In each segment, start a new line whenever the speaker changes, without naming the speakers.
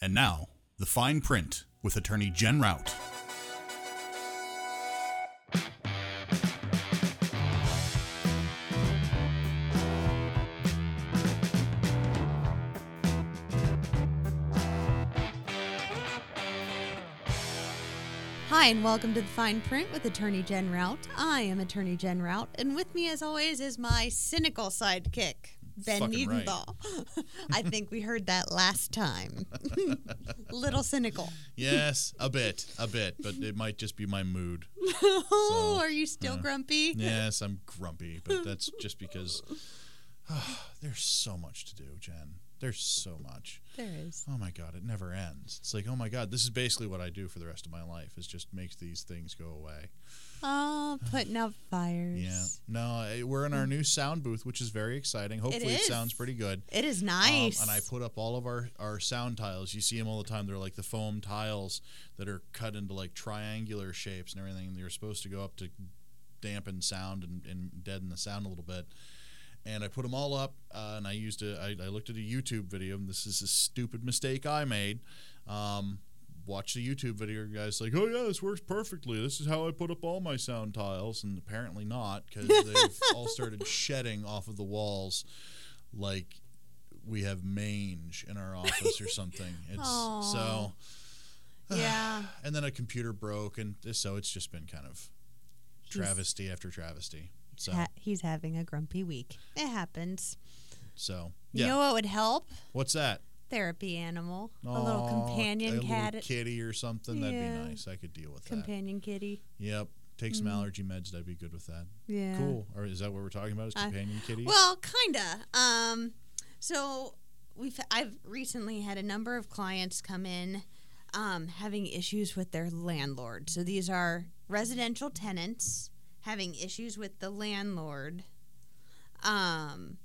And now, the fine print with attorney Jen Rout.
Hi, and welcome to the Fine Print with Attorney Jen Rout. I am Attorney Jen Rout, and with me, as always, is my cynical sidekick, Ben
Fucking right.
Niedenthal. I think we heard that last time. Little cynical.
Yes, a bit, a bit, but it might just be my mood.
oh, are you still grumpy?
Yes, I'm grumpy, but that's just because there's so much to do, Jen. There's so much.
There is.
Oh my god, it never ends. It's like, oh my god, this is basically what I do for the rest of my life is just makes these things go away.
Oh, putting out fires.
Yeah. No, I- we're in our new sound booth, which is very exciting. Hopefully it
is.
sounds pretty good.
It is
Um,
nice.
and I put up all of our, our sound tiles. You see them all the time. They're like the foam tiles that are cut into like triangular shapes and everything. And you're supposed to go up to dampen sound and, and deaden the sound a little bit. And I put them all up, uh, and I used a. I, I looked at a YouTube video, and this is a stupid mistake I made. Um, watch the YouTube video, guys. Like, oh yeah, this works perfectly. This is how I put up all my sound tiles, and apparently not because they've all started shedding off of the walls, like we have mange in our office or something. It's
Aw.
so,
yeah.
and then a computer broke, and this- so it's just been kind of travesty after travesty. So,
Ha- he's having a grumpy week. It happens.
so
You
yeah.
know what would help?
What's that?
Therapy animal. a little
Aw,
companion
a
cat.
little kitty or something. That'd
Yeah. Mm-hmm.
be nice. I could deal with that.
companion kitty.
Yep. Take some allergy meds. I'd be good with that.
Yeah.
Cool. Or is that what we're talking about? Is
I-
companion kitties?
Well, kinda. Um, so we've I've recently had a number of clients come in um, having issues with their landlord. So these are residential tenants having issues with the landlord, um,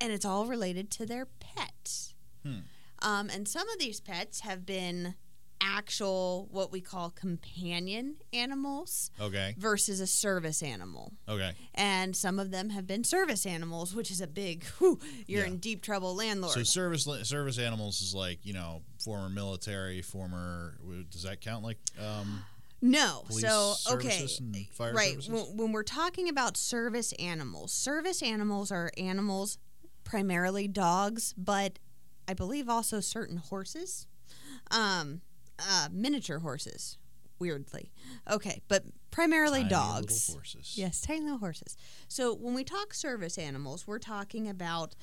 and it's all related to their pets.
Hmm.
Um, and some of these pets have been actual what we call companion animals
okay.
versus a service animal
Okay.
and some of them have been service animals, which is a big whew, you're
Yeah.
in deep trouble, landlord.
So service li- service animals is like you know former military, former. w- Does that count like um,
no,
police
so okay,
services and fire
right.
services?
When, when we're talking about service animals, service animals are animals, primarily dogs, but I believe also certain horses, um, uh, miniature horses. Weirdly, okay, but primarily
Tiny little
dogs.
horses.
Yes, tiny little horses. So when we talk service animals, we're talking about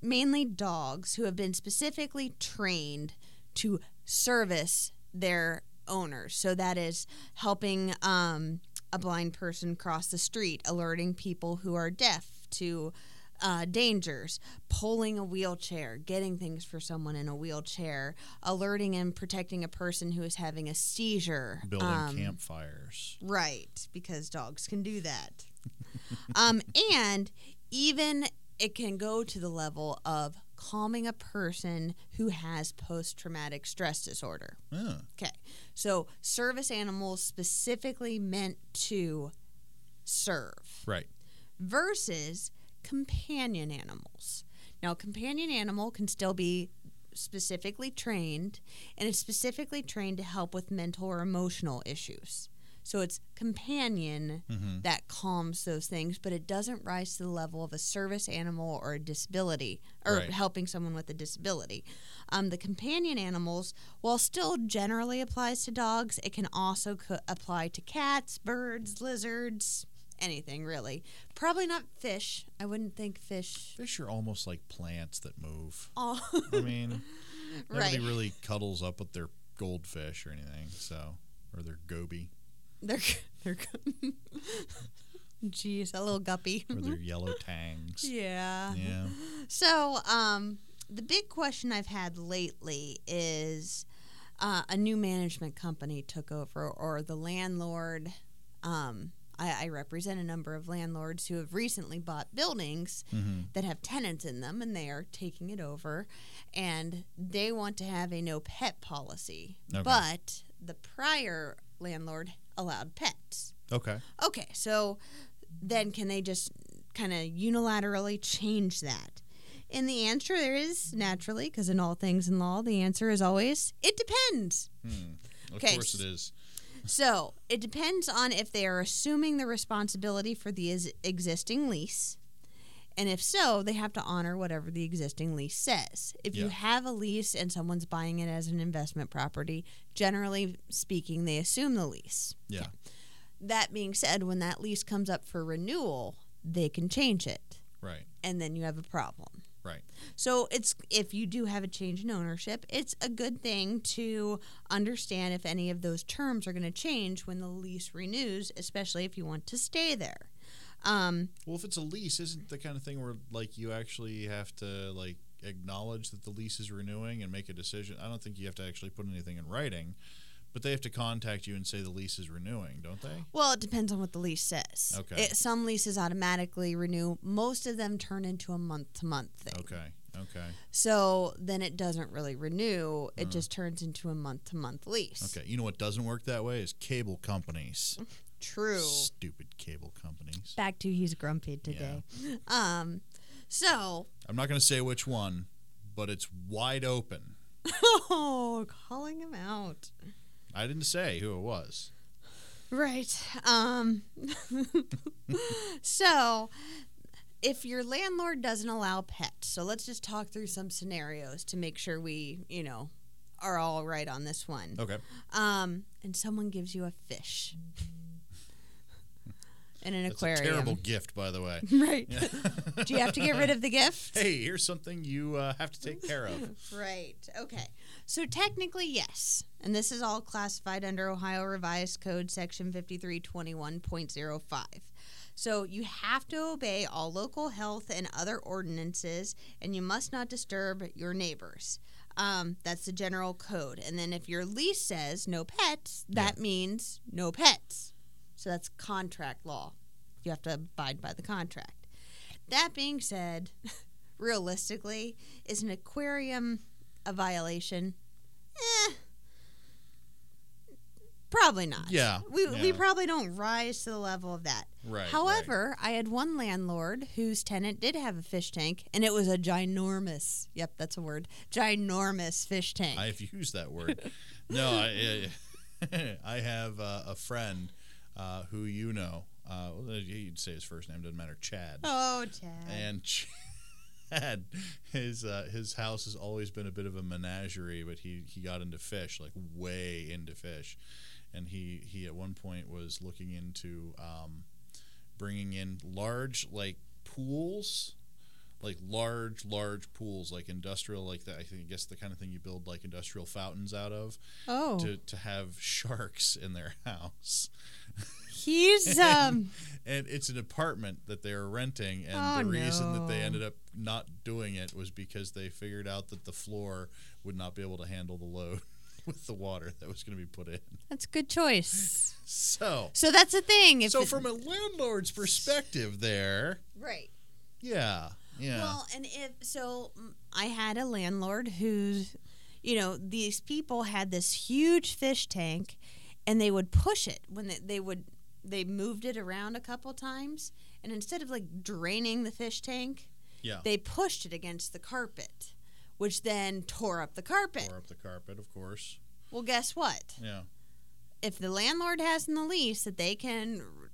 mainly dogs who have been specifically trained to service their owners. So that is helping um, a blind person cross the street, alerting people who are deaf to uh, dangers, pulling a wheelchair, getting things for someone in a wheelchair, alerting and protecting a person who is having a seizure.
Building
um,
campfires.
Right, because dogs can do that. um, and even it can go to the level of calming a person who has post traumatic stress disorder.
Yeah.
Okay, so service animals specifically meant to serve
Right.
versus companion animals. Now, a companion animal can still be specifically trained, and it's specifically trained to help with mental or emotional issues. So it's companion
hmm
that calms those things, but it doesn't rise to the level of a service animal or a disability or
Right.
helping someone with a disability. Um, the companion animals, while still generally applies to dogs, it can also co- apply to cats, birds, lizards, anything really. Probably not fish. I wouldn't think fish.
Fish are almost like plants that move.
Oh,
I mean, nobody
right.
really cuddles up with their goldfish or anything. So or their goby
They're they're. Jeez, a little guppy.
or their yellow tangs.
Mm-hmm. Yeah.
Yeah.
So, um, the big question I've had lately is uh, a new management company took over, or the landlord. Um, I, I represent a number of landlords who have recently bought buildings
hmm
that have tenants in them, and they are taking it over, and they want to have a no pet policy.
Okay.
But the prior landlord allowed pets.
Okay.
Okay, so then can they just kind of unilaterally change that? And the answer is naturally, because in all things in law, the answer is always it depends.
Hmm. Of
Okay.
course it is.
So it depends on if they are assuming the responsibility for the is- existing lease. And if so, they have to honor whatever the existing lease says. If you
Yeah.
have a lease and someone's buying it as an investment property, generally speaking, they assume the lease.
Yeah.
That being said, when that lease comes up for renewal, they can change it,
Right.
and then you have a problem.
Right.
So it's if you do have a change in ownership, it's a good thing to understand if any of those terms are going to change when the lease renews, especially if you want to stay there. Um,
Well, if it's a lease, isn't the kind of thing where like you actually have to like acknowledge that the lease is renewing and make a decision? I don't think you have to actually put anything in writing, but they have to contact you and say the lease is renewing, don't they?
well, it depends on what the lease says.
Okay.
It, some leases automatically renew. Most of them turn into a month-to-month thing.
Okay. Okay.
So then it doesn't really renew. It just turns into a month-to-month lease.
Uh-huh. Okay. You know what doesn't work that way is cable companies.
True.
Stupid cable companies.
Back to he's grumpy today. Um, so
I'm not going to say which one, but it's wide open.
oh, calling him out.
I didn't say who it was.
Right. Um, so, if your landlord doesn't allow pets, so let's just talk through some scenarios to make sure we, you know, are all right on this one.
Okay.
Um, and someone gives you a fish in an
That's
aquarium.
a terrible gift, by the way.
Right.
Yeah.
Do you have to get rid of the gift?
Hey, here's something you uh, have to take care of.
Right. Okay. So technically, yes. And this is all classified under Ohio Revised Code Section 5321.05. So you have to obey all local health and other ordinances, and you must not disturb your neighbors. Um, that's the general code. And then if your lease says no pets, that means no pets. So that's contract law. You have to abide by the contract. That being said, realistically, is an aquarium a violation? Eh, probably not.
Yeah,
we we
yeah.
probably don't rise to the level of that.
Right.
However, I had one landlord whose tenant did have a fish tank, and it was a ginormous. Yep, that's a word. Ginormous fish tank.
I've used that word. No, I, I- I have uh, a friend uh, who you know. Uh, well, you'd say his first name doesn't matter. Chad.
oh, Chad.
And Chad, his uh, his house has always been a bit of a menagerie, but he he got into fish, like way into fish, and he he at one point was looking into um, bringing in large like pools. Like large, large pools, like industrial, like that. I think, I guess the kind of thing you build like industrial fountains out of,
oh,
to, to have sharks in their house
he's um.
and it's an apartment that they were renting and
Oh,
the reason that they
no.
ended up not doing it was because they figured out that the floor would not be able to handle the load with the water that was going to be put in
that's a good choice.
so
So that's the thing. If
so
it-
from a landlord's perspective there
right.
yeah yeah
Well, and if so, m- I had a landlord who's, you know, these people had this huge fish tank, and they would push it when they, they would they moved it around a couple times, and instead of like draining the fish tank,
yeah
they pushed it against the carpet, which then tore up the carpet.
or up the carpet of course
Well, guess what?
yeah
if the landlord has in the lease that they can r-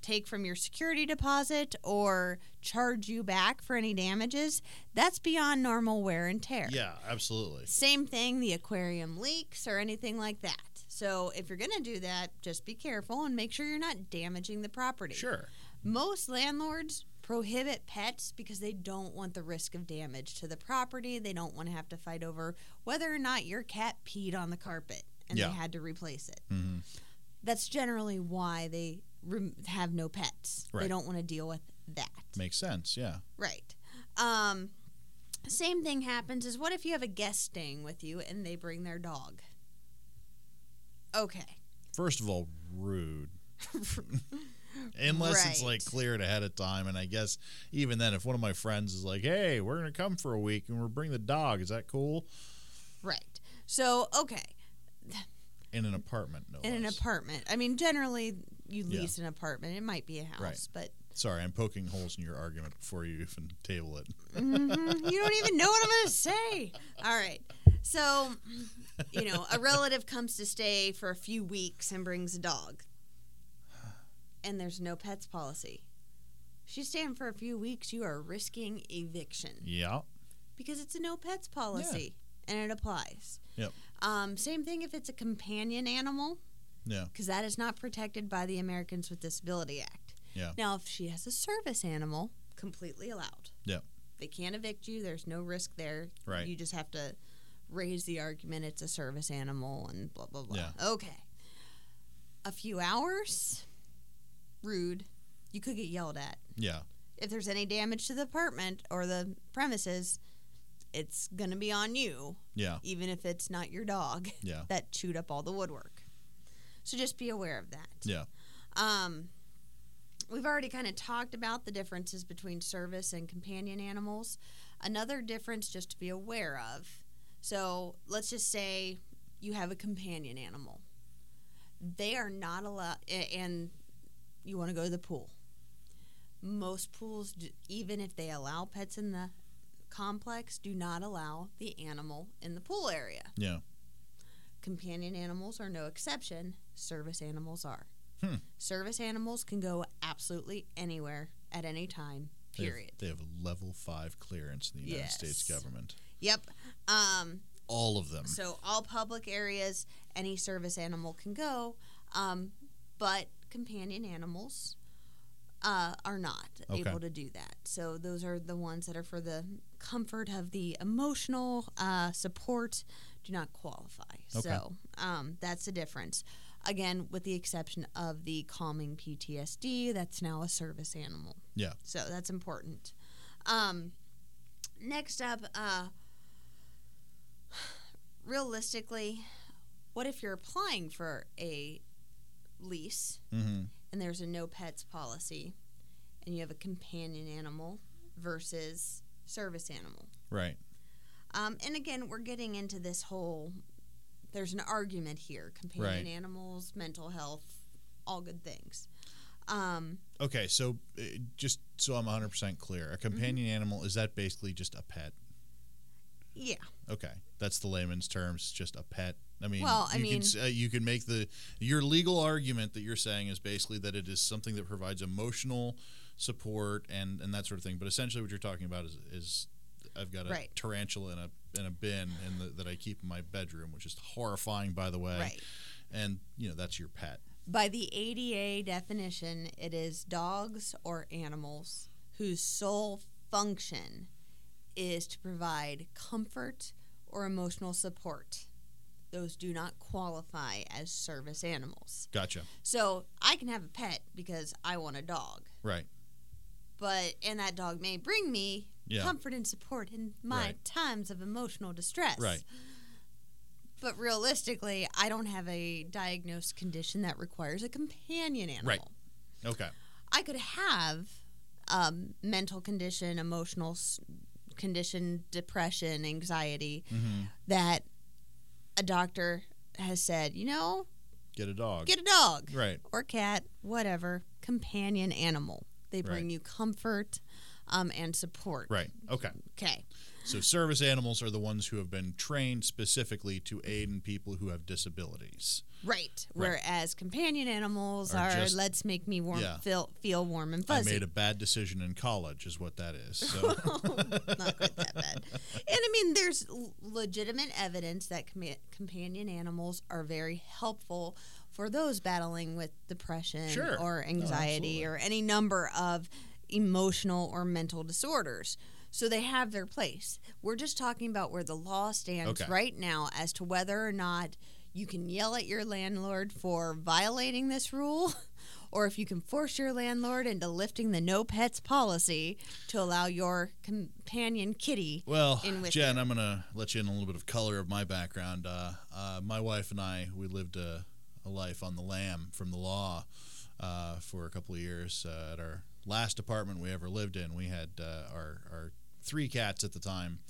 take from your security deposit or charge you back for any damages, that's beyond normal wear and tear.
yeah absolutely
Same thing, the aquarium leaks or anything like that. So if you're going to do that, just be careful and make sure you're not damaging the property.
sure
Most landlords prohibit pets because they don't want the risk of damage to the property. They don't want to have to fight over whether or not your cat peed on the carpet and
Yeah.
they had to replace it
hmm
that's generally why they rem- have no pets. They
Right.
don't want to deal with that.
makes sense yeah
Right. Um, same thing happens is what if you have a guest staying with you and they bring their dog? Okay.
first of all rude unless it's
Right.
like cleared ahead of time and i guess even then if one of my friends is like hey we're gonna come for a week and we're bringing the dog is that cool
Right. So, okay.
in an apartment no
In an
less.
apartment. I mean, generally you
Yeah.
lease an apartment. It might be a house,
Right.
but
Sorry, I'm poking holes in your argument before you even table it.
Mhm. You don't even know what I'm going to say. All right. So, you know, a relative comes to stay for a few weeks and brings a dog. And there's no pets policy. She's staying for a few weeks, you are risking eviction
Yeah.
because it's a no pets policy and it applies.
Yep.
Um, same thing if it's a companion animal.
Yeah.
Because that is not protected by the Americans with Disability Act.
Yeah.
Now, if she has a service animal, completely allowed.
Yeah.
They can't evict you. There's no risk there.
Right.
You just have to raise the argument it's a service animal and blah blah blah.
Yeah.
Okay. A few hours. Rude. You could get yelled at
Yeah.
if there's any damage to the apartment or the premises. It's gonna be on you,
Yeah.
even if it's not your dog
Yeah.
that chewed up all the woodwork. So just be aware of that.
Yeah.
Um, we've already kind of talked about the differences between service and companion animals. Another difference, just to be aware of. So let's just say you have a companion animal. They are not allowed, and you want to go to the pool. Most pools, d- even if they allow pets in the complex, do not allow the animal in the pool area.
Yeah.
Companion animals are no exception. Service animals are.
Hmm.
Service animals can go absolutely anywhere at any time.
They have-
Period.
They have, level five clearance in the United States
Yes.
government.
Yep. Um,
All of them.
so all public areas, any service animal can go, um, but companion animals uh, are not
Okay.
able to do that. So those are the ones that are for the comfort of the emotional uh, support. Do not qualify.
Okay.
So um, that's the difference. Again, with the exception of the calming PTSD, that's now a service animal.
Yeah.
So that's important. Um, next up, uh, realistically, what if you're applying for a lease
mm-hmm.
and there's a no pets policy and you have a companion animal versus service animal?
Right.
Um, and again, we're getting into this whole there's an argument here
Right.
companion animals, mental health, all good things. Um,
Okay. So uh, just so I'm 100% clear, a companion animal is that basically just a pet?
Mm-hmm. yeah.
Okay, that's the layman's terms. Just a pet. I mean,
Well, I
you
mean-
can s- uh, you can make the your legal argument that you're saying is basically that it is something that provides emotional support and and that sort of thing. But essentially, what you're talking about is is I've got a
Right.
tarantula in a in a bin and the, that I keep in my bedroom, which is horrifying, by the way.
Right.
And you know that's your pet.
By the ADA definition, it is dogs or animals whose sole function is to provide comfort or emotional support. Those do not qualify as service animals.
Gotcha.
So I can have a pet because I want a dog,
Right.
but and that dog may bring me
Yeah.
comfort and support in my
Right.
times of emotional distress.
Right.
But realistically, I don't have a diagnosed condition that requires a companion animal.
Right. Okay.
I could have um, mental condition, emotional s- condition, depression, anxiety
hmm
that a doctor has said, you know,
Get a dog.
get a dog
right.
or cat, whatever, companion animal. They bring
Right.
you comfort um, and support.
Right. Okay.
Okay.
So service animals are the ones who have been trained specifically to aid in people who have disabilities.
Right.
Right.
Whereas companion animals
Are
are,
just-
let's make me warm,
Yeah.
feel, feel warm and
I
fuzzy.
made a bad decision in college, is what that is. So,
not quite that bad. And I mean, there's l- legitimate evidence that com- companion animals are very helpful for those battling with depression
Sure.
or
No,
anxiety
absolutely.
or any number of emotional or mental disorders. So they have their place. We're just talking about where the law stands
Okay.
right now as to whether or not you can yell at your landlord for violating this rule. Or if you can force your landlord into lifting the no pets policy to allow your companion kitty.
well,
In with
Jen, I'm gonna let you in a little bit of color of my background. Uh, uh, my wife and I, we lived a, a life on the lam from the law uh, for a couple of years. Uh, at our last apartment we ever lived in, we had uh, our our three cats at the time,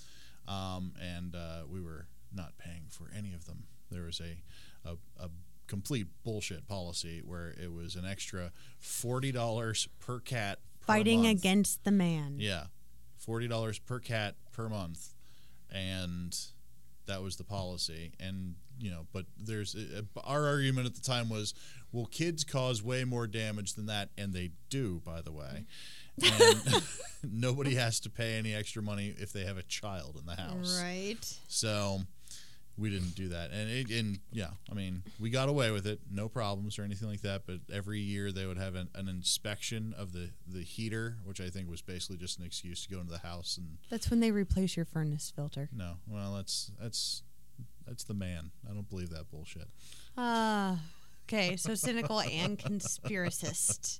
um, and uh, we were not paying for any of them. There was a a, a complete bullshit policy where it was an extra forty dollars per cat per
fighting
month.
against the man.
Yeah, forty dollars per cat per month, and that was the policy. And you know, but there's uh, our argument at the time was, well, kids cause way more damage than that, and they do, by the way. And nobody has to pay any extra money if they have a child in the house.
Right.
So we didn't do that. And it, and yeah, I mean, we got away with it, no problems or anything like that. But every year they would have an, an inspection of the the heater, which I think was basically just an excuse to go into the house and
That's when they replace your furnace filter.
no, well, that's that's that's the man. I don't believe that bullshit.
Ah. okay, so cynical and conspiracist.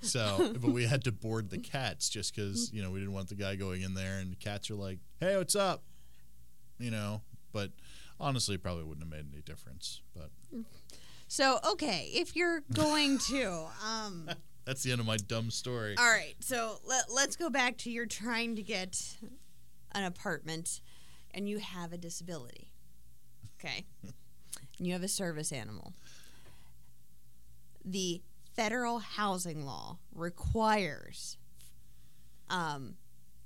So, but we had to board the cats just because you know we didn't want the guy going in there, and the cats are like, "Hey, what's up?" You know, but honestly, it probably wouldn't have made any difference. But
So, okay, if you're going to um
that's the end of my dumb story.
All right, so let, let's go back to you're trying to get an apartment and you have a disability. Okay. and you have a service animal. The federal housing law requires um,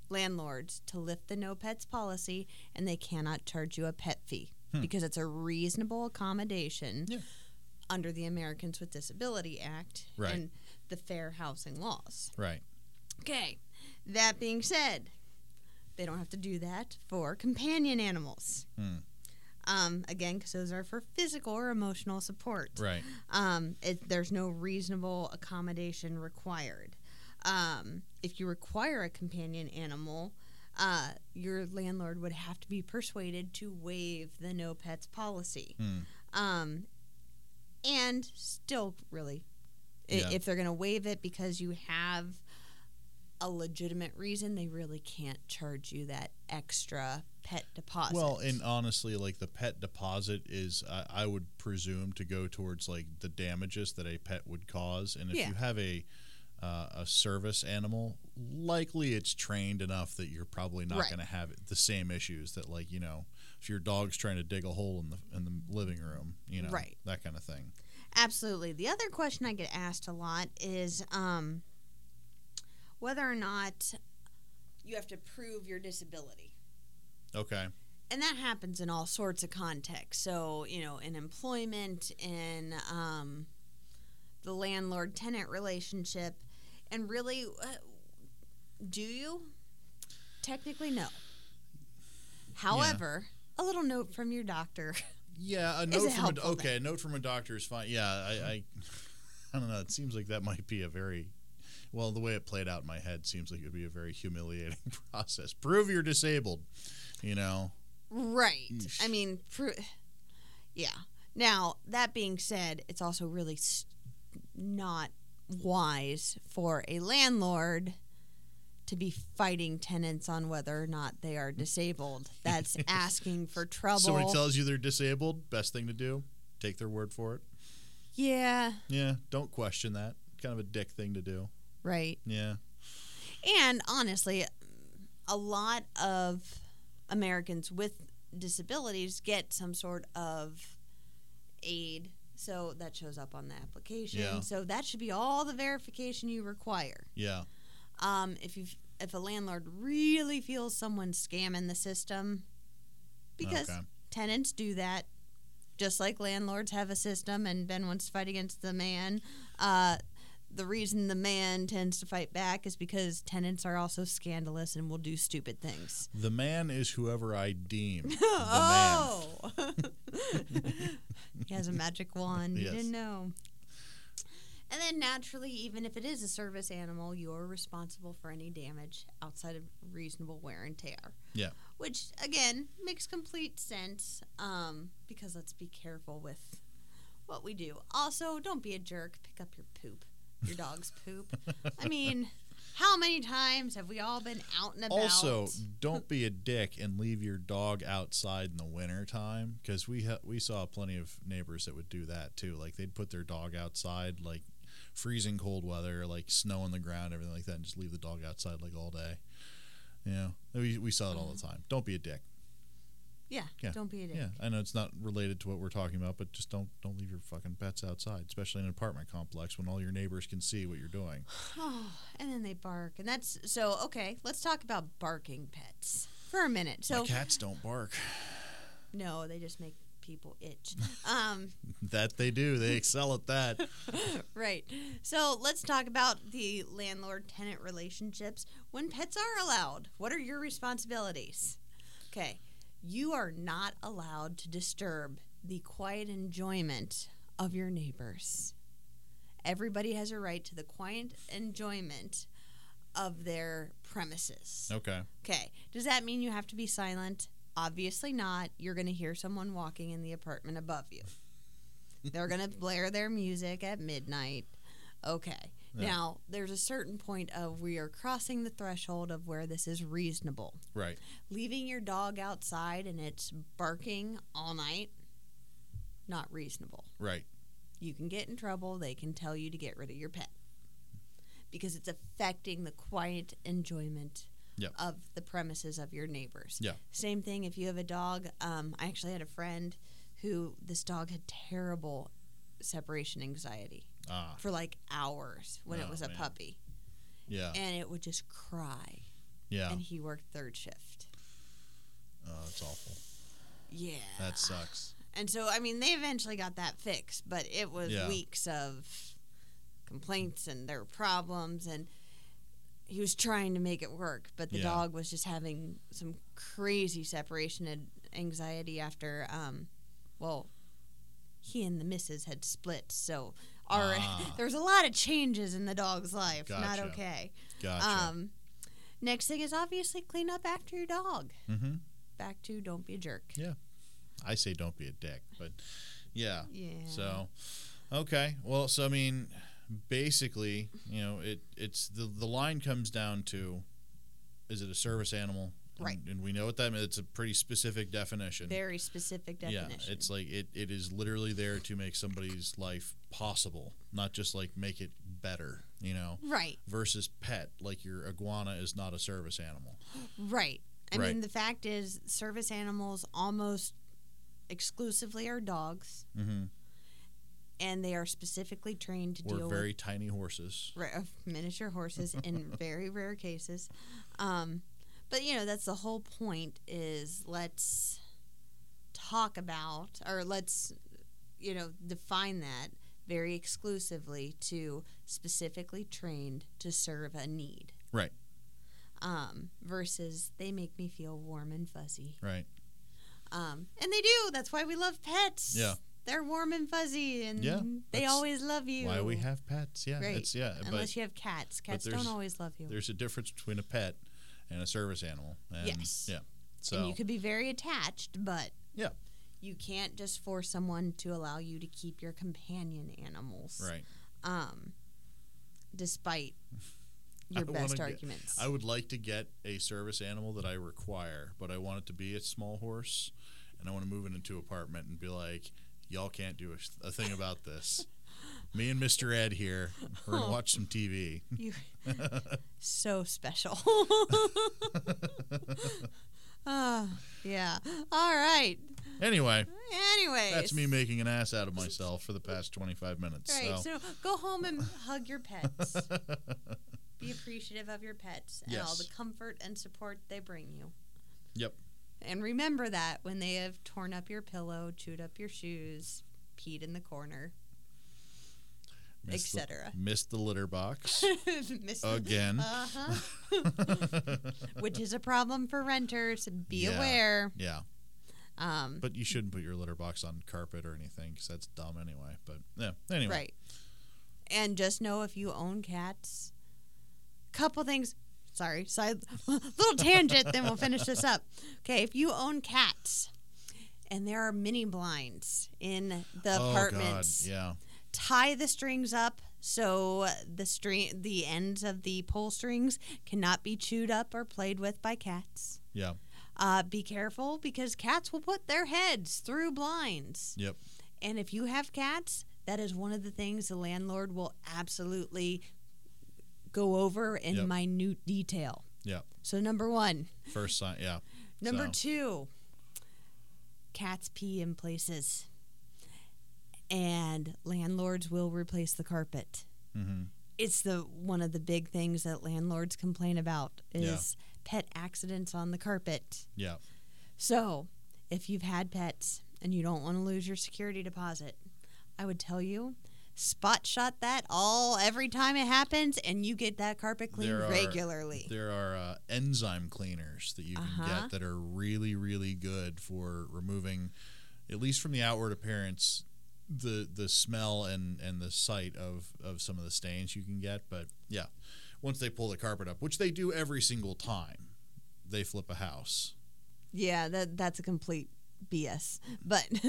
landlords to lift the no pets policy and they cannot charge you a pet fee
Hmm.
because it's a reasonable accommodation
Yeah.
under the Americans with Disability Act
Right.
and the fair housing laws.
Right.
Okay. That being said, they don't have to do that for companion animals.
Hmm.
Um, again, because those are for physical or emotional support.
Right.
Um, it, there's no reasonable accommodation required. Um, if you require a companion animal, uh, your landlord would have to be persuaded to waive the no pets policy.
Hmm.
Um, and still, really, i-
Yeah.
if they're going to waive it because you have a legitimate reason, they really can't charge you that extra pet deposit.
Well, and honestly, like the pet deposit is, I I would presume, to go towards like the damages that a pet would cause. And if
Yeah.
you have a uh, a service animal, likely it's trained enough that you're probably not
Right.
going to have the same issues that, like you know, if your dog's trying to dig a hole in the in the living room, you know,
Right.
that kind of thing.
Absolutely. The other question I get asked a lot is um, whether or not you have to prove your disability.
Okay.
And that happens in all sorts of contexts. So, you know, in employment, in um, the landlord tenant relationship. And really, uh, do you? Technically, no. However, a little note from your doctor.
Yeah, a note from a,
it helpful
okay, a note from a doctor is fine. Yeah, I, I, I don't know. It seems like that might be a very, well, the way it played out in my head seems like it would be a very humiliating process. Prove you're disabled, you know.
Right.
Yeesh.
I mean, pr- yeah. Now, that being said, it's also really s not wise for a landlord to be fighting tenants on whether or not they are disabled. That's asking for trouble.
Somebody tells you they're disabled. Best thing to do, take their word for it.
yeah,
Yeah, don't question that. Kind of a dick thing to do.
right.
Yeah,
And honestly, a lot of Americans with disabilities get some sort of aid. So that shows up on the application.
Yeah.
So that should be all the verification you require.
yeah,
Um, if you if a landlord really feels someone's scamming the system, because
okay.
tenants do that, just like landlords have a system, and Ben wants to fight against the man. Uh, the reason the man tends to fight back is because tenants are also scandalous and will do stupid things.
the man is whoever I deem the man.
oh, he has a magic wand. You
Yes.
didn't know. And then naturally, even if it is a service animal, you're responsible for any damage outside of reasonable wear and tear
Yeah,
which again makes complete sense um, because let's be careful with what we do also don't be a jerk pick up your poop your dog's poop i mean how many times have we all been out and about
Also, don't be a dick and leave your dog outside in the winter time because we ha- we saw plenty of neighbors that would do that too. Like they'd put their dog outside, like freezing cold weather, like snow on the ground, everything like that, and just leave the dog outside like all day. You know, we, we saw it all the time. Don't be a Mm-hmm. dick.
Yeah,
Yeah.
Don't be a dick.
Yeah, I know it's not related to what we're talking about, but just don't don't leave your fucking pets outside, especially in an apartment complex when all your neighbors can see what you're doing.
Oh, and then they bark, and that's so okay. Let's talk about barking pets for a minute. So
My cats don't bark.
no, they just make people itch. Um,
That they do. They excel at that.
right. So let's talk about the landlord-tenant relationships when pets are allowed. What are your responsibilities? Okay, you are not allowed to disturb the quiet enjoyment of your neighbors. Everybody has a right to the quiet enjoyment of their premises.
Okay.
Okay. Does that mean you have to be silent? Obviously not. You're going to hear someone walking in the apartment above you. They're going to blare their music at midnight. Okay.
Yeah.
Now, there's a certain point of we are crossing the threshold of where this is reasonable.
Right.
Leaving your dog outside and it's barking all night, not reasonable.
Right.
You can get in trouble. They can tell you to get rid of your pet because it's affecting the quiet enjoyment
Yep.
of the premises of your neighbors.
Yeah.
Same thing if you have a dog. Um, I actually had a friend who this dog had terrible separation anxiety
Ah.
for like hours when it
Oh,
was a
man. Oh.
puppy,
Yeah.
and it would just cry.
Yeah.
And he worked third shift.
Oh, that's awful.
Yeah.
That sucks.
And so, I mean, they eventually got that fixed, but it was
Yeah.
weeks of complaints and their problems. And he was trying to make it work, but the
Yeah.
dog was just having some crazy separation and anxiety after, um, well, he and the missus had split. So, our,
Ah.
there was a lot of changes in the dog's life. Not
Gotcha.
okay.
Gotcha.
Um, next thing is obviously clean up after your dog.
mm-hmm.
Back to don't be a jerk.
Yeah. I say don't be a dick, but yeah.
Yeah.
So, okay. Well, so I mean, basically, you know, it it's the the line comes down to, is it a service animal?
Right.
And, and we know what that means. It's a pretty specific definition.
Very specific definition.
Yeah, it's like it, it is literally there to make somebody's life possible, not just like make it better, you know.
Right,
Versus pet, like your iguana is not a service animal.
right. I mean,
Right.
the fact is, service animals almost exclusively are dogs,
Mm-hmm.
and they are specifically trained to
Or
deal
very tiny horses.
with ra- miniature horses in very rare cases. Um, but you know, that's the whole point. Is let's talk about, or let's you know, define that very exclusively to specifically trained to serve a need.
Right.
Um, versus they make me feel warm and fuzzy.
Right.
Um, and they do. That's why we love pets.
Yeah.
They're warm and fuzzy, and
Yeah,
they
that's
always love you.
Why we have pets? Yeah.
Right.
It's yeah.
Unless you have cats, cats don't
there's-
always love
but
you.
there's a difference between a pet and a service animal. And,
Yes.
Yeah. So
And you could be very attached, but
Yeah.
you can't just force someone to allow you to keep your companion animals.
right.
Um, despite your
I wanna
best
get-
arguments.
I would like to get a service animal that I require, but I want it to be a small horse, and I want to move it into an apartment and be like, y'all can't do a, sh- a thing about this. Me and Mr. Ed here, we're
Oh.
gonna watch some TV.
you so special. Ah, yeah. All right.
anyway,
Anyways.
that's me making an ass out of myself for the past 25 minutes.
Right.
so.
So. go home and hug your pets. Be appreciative of your pets and all
Yes.
the comfort and support they bring you.
Yep.
And remember that when they have torn up your pillow, chewed up your shoes, peed in the corner,
Missed the-
etc.
Missed the litter box
Miss-
again.
Uh-huh. Which is a problem for renters. Be
Yeah.
aware.
yeah,
Um,
but you shouldn't put your litter box on carpet or anything because that's dumb anyway. But yeah, anyway.
Right. And just know if you own cats, couple things. Sorry, side little tangent. then we'll finish this up. Okay, if you own cats, and there are mini blinds in the
Oh,
apartments,
God. Yeah.
tie the strings up so the string, the ends of the pole strings, cannot be chewed up or played with by cats.
Yeah.
Uh, be careful because cats will put their heads through blinds.
Yep.
And if you have cats, that is one of the things the landlord will absolutely go over in
Yep.
minute detail.
Yep.
So number one,
First sign. Yeah.
number
So-
two, Cats pee in places. And landlords will replace the carpet.
Mm-hmm.
It's the one of the big things that landlords complain about
Yeah.
is pet accidents on the carpet.
Yeah.
So, if you've had pets and you don't want to lose your security deposit, I would tell you spot shot that all every time it happens and you get that carpet cleaned
There are-
regularly.
There are uh, enzyme cleaners that you can
Uh-huh.
get that are really, really good for removing, at least from the outward appearance, the the smell and and the sight of of some of the stains you can get. But yeah, once they pull the carpet up, which they do every single time, they flip a house.
Yeah, that that's a complete BS. But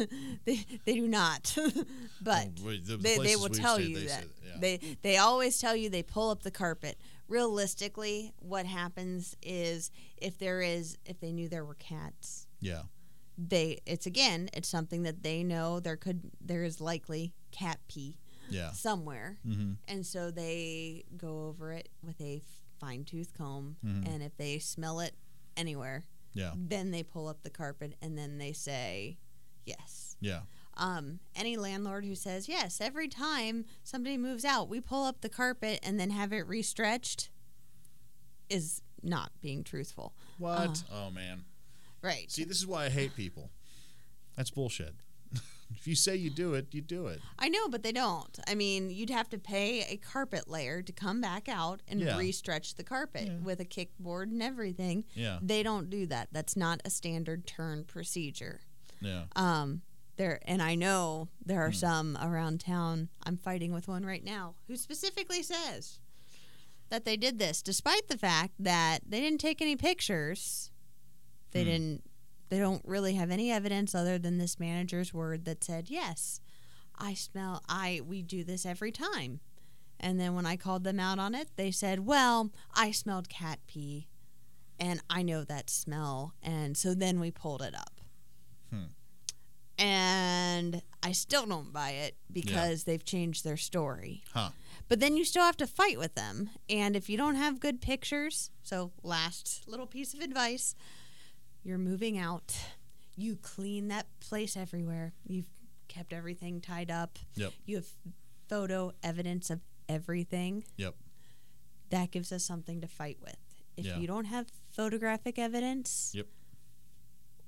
they they do not. but
Oh, wait, the- the
they, they
places
will
we've
tell
stayed,
you
they
that.
say yeah.
They they always tell you they pull up the carpet. Realistically, what happens is if there is if they knew there were cats,
yeah.
they it's again, it's something that they know there could there is likely cat pee
Yeah.
somewhere.
hmm
And so they go over it with a fine tooth comb
Mhm.
and if they smell it anywhere,
Yeah.
then they pull up the carpet and then they say yes
Yeah.
um, any landlord who says yes every time somebody moves out we pull up the carpet and then have it restretched is not being truthful
What? oh man.
right
See, this is why I hate people. That's bullshit. if you say you do it, you do it.
i know but they don't i mean you'd have to pay a carpet layer to come back out and
Yeah.
restretch the carpet
Yeah.
with a kickboard and everything
Yeah.
they don't do that that's not a standard turn procedure
Yeah.
Um, there and I know there are some around town. I'm fighting with one right now who specifically says that they did this, despite the fact that they didn't take any pictures. They
Hmm.
didn't. They don't really have any evidence other than this manager's word that said yes. I smell. I we do this every time. And then when I called them out on it, they said, "Well, I smelled cat pee, and I know that smell." And so then we pulled it up and I still don't buy it because they've changed their story.
Huh.
But then you still have to fight with them. And if you don't have good pictures, so last little piece of advice you're moving out, you clean that place everywhere. You've kept everything tied up.
Yep.
You have photo evidence of everything.
Yep.
That gives us something to fight with. If
Yeah.
you don't have photographic evidence,
Yep.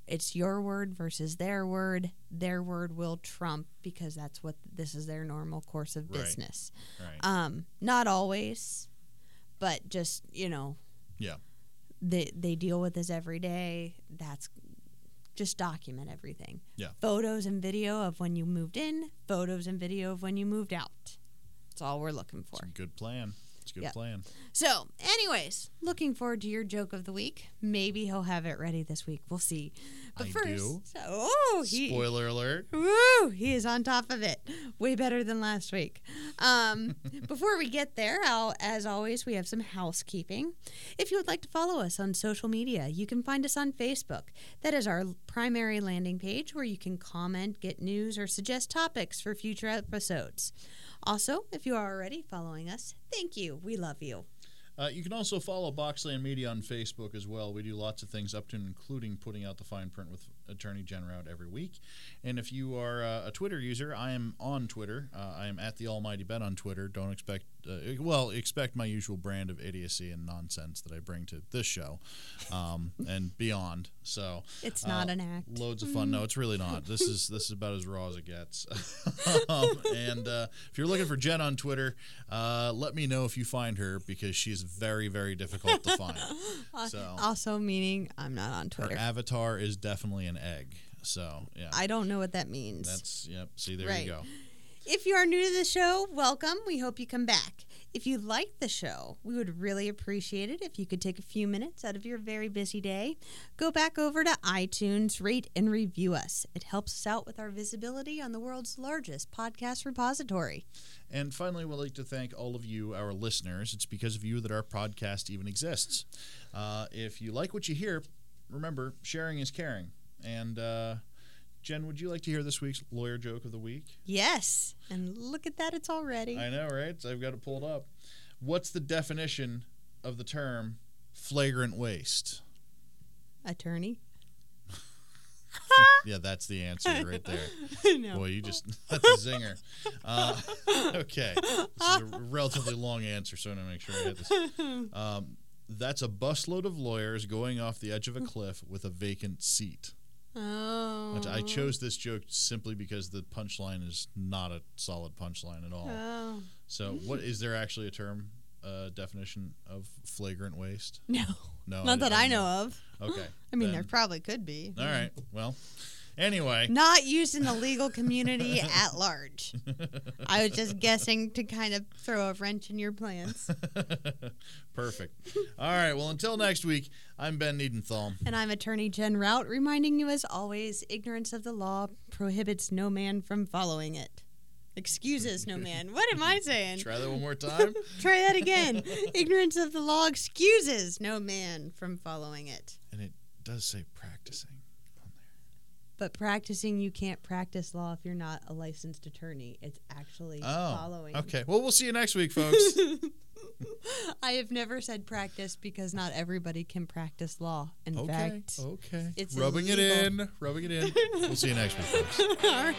it's your word versus their word. Their word will trump because that's what this is their normal course of
Right.
business.
Right.
Um, not always, but just you know,
Yeah.
They they deal with this every day. That's just document everything.
Yeah.
Photos and video of when you moved in. Photos and video of when you moved out. That's all we're looking for.
Good plan. It's a good
Yep.
plan.
So, anyways, looking forward to your joke of the week. Maybe he'll have it ready this week. We'll see. But
I
first,
do.
oh, he,
Spoiler alert.
Woo! He is on top of it, way better than last week. Um, before we get there, I'll, as always, we have some housekeeping. If you would like to follow us on social media, you can find us on Facebook. That is our primary landing page where you can comment, get news, or suggest topics for future episodes. Also, if you are already following us, thank you. We love you.
Uh, you can also follow Boxland Media on Facebook as well. We do lots of things up to and including putting out the fine print with Attorney General out every week. And if you are uh, a Twitter user, I am on Twitter. Uh, I am at the Almighty Bet on Twitter. Don't expect, uh, well, expect my usual brand of idiocy and nonsense that I bring to this show um, and beyond. So
It's not
Uh,
an act.
loads of fun. No, it's really not. This is this is about as raw as it gets. um, and uh, if you're looking for Jen on Twitter, uh, let me know if you find her because she's very very difficult to find.
Uh,
so-
Also, meaning I'm not on
Her
Twitter.
avatar is definitely an egg. So yeah,
I don't know what that means.
that's yep. See there
Right.
you go.
If you are new to the show, welcome. We hope you come back. If you like the show, we would really appreciate it if you could take a few minutes out of your very busy day. Go back over to iTunes, rate, and review us. It helps us out with our visibility on the world's largest podcast repository.
And finally, we'd like to thank all of you, our listeners. It's because of you that our podcast even exists. Uh, if you like what you hear, remember sharing is caring. And uh, Jen, would you like to hear this week's lawyer joke of the week?
Yes, and look at that, it's already.
I know, right? So I've got it pulled up. What's the definition of the term flagrant waste?
Attorney.
yeah, that's the answer right there.
no.
Boy, you just that's a zinger. Uh, okay, this is a relatively long answer, so I'm gonna make sure I hit this. Um, that's a busload of lawyers going off the edge of a
Mm.
cliff with a vacant seat.
Oh.
Which I chose this joke simply because the punchline is not a solid punchline at all.
Oh.
So, what is there actually a term uh, definition of flagrant waste?
No.
No,
Not that I
didn't
know of.
Okay,
I mean, there
Oh, then-
probably could be.
all right. Well, anyway,
Not used in the legal community at large. I was just guessing to kind of throw a wrench in your plans.
Perfect. All right. Well, until next week, I'm Ben Needenthal.
And I'm Attorney Jen Rout, reminding you as always ignorance of the law prohibits no man from following it. Excuses no man. What am I saying?
Try that one more time.
Try that again. ignorance of the law excuses no man from following it.
And it does say practicing on there.
But practicing, you can't practice law if you're not a licensed attorney. It's actually
Oh.
following.
Okay. Well, we'll see you next week, folks.
I have never said practice because not everybody can practice law. In
okay.
fact,
Okay.
it's
rubbing it
illegal.
in. Rubbing it in. We'll see you next week, folks.
All right.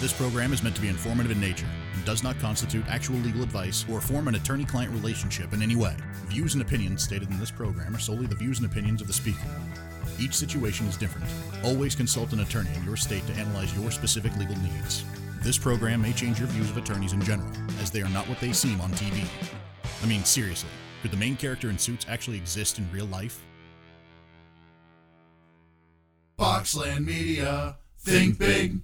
This program is meant to be informative in nature and does not constitute actual legal advice or form an attorney client relationship in any way. Views and opinions stated in this program are solely the views and opinions of the speaker. Each situation is different. Always consult an attorney in your state to analyze your specific legal needs. This program may change your views of attorneys in general, as they are not what they seem on TV. I mean, seriously, could the main character in Suits actually exist in real life? Boxland Media. Think big.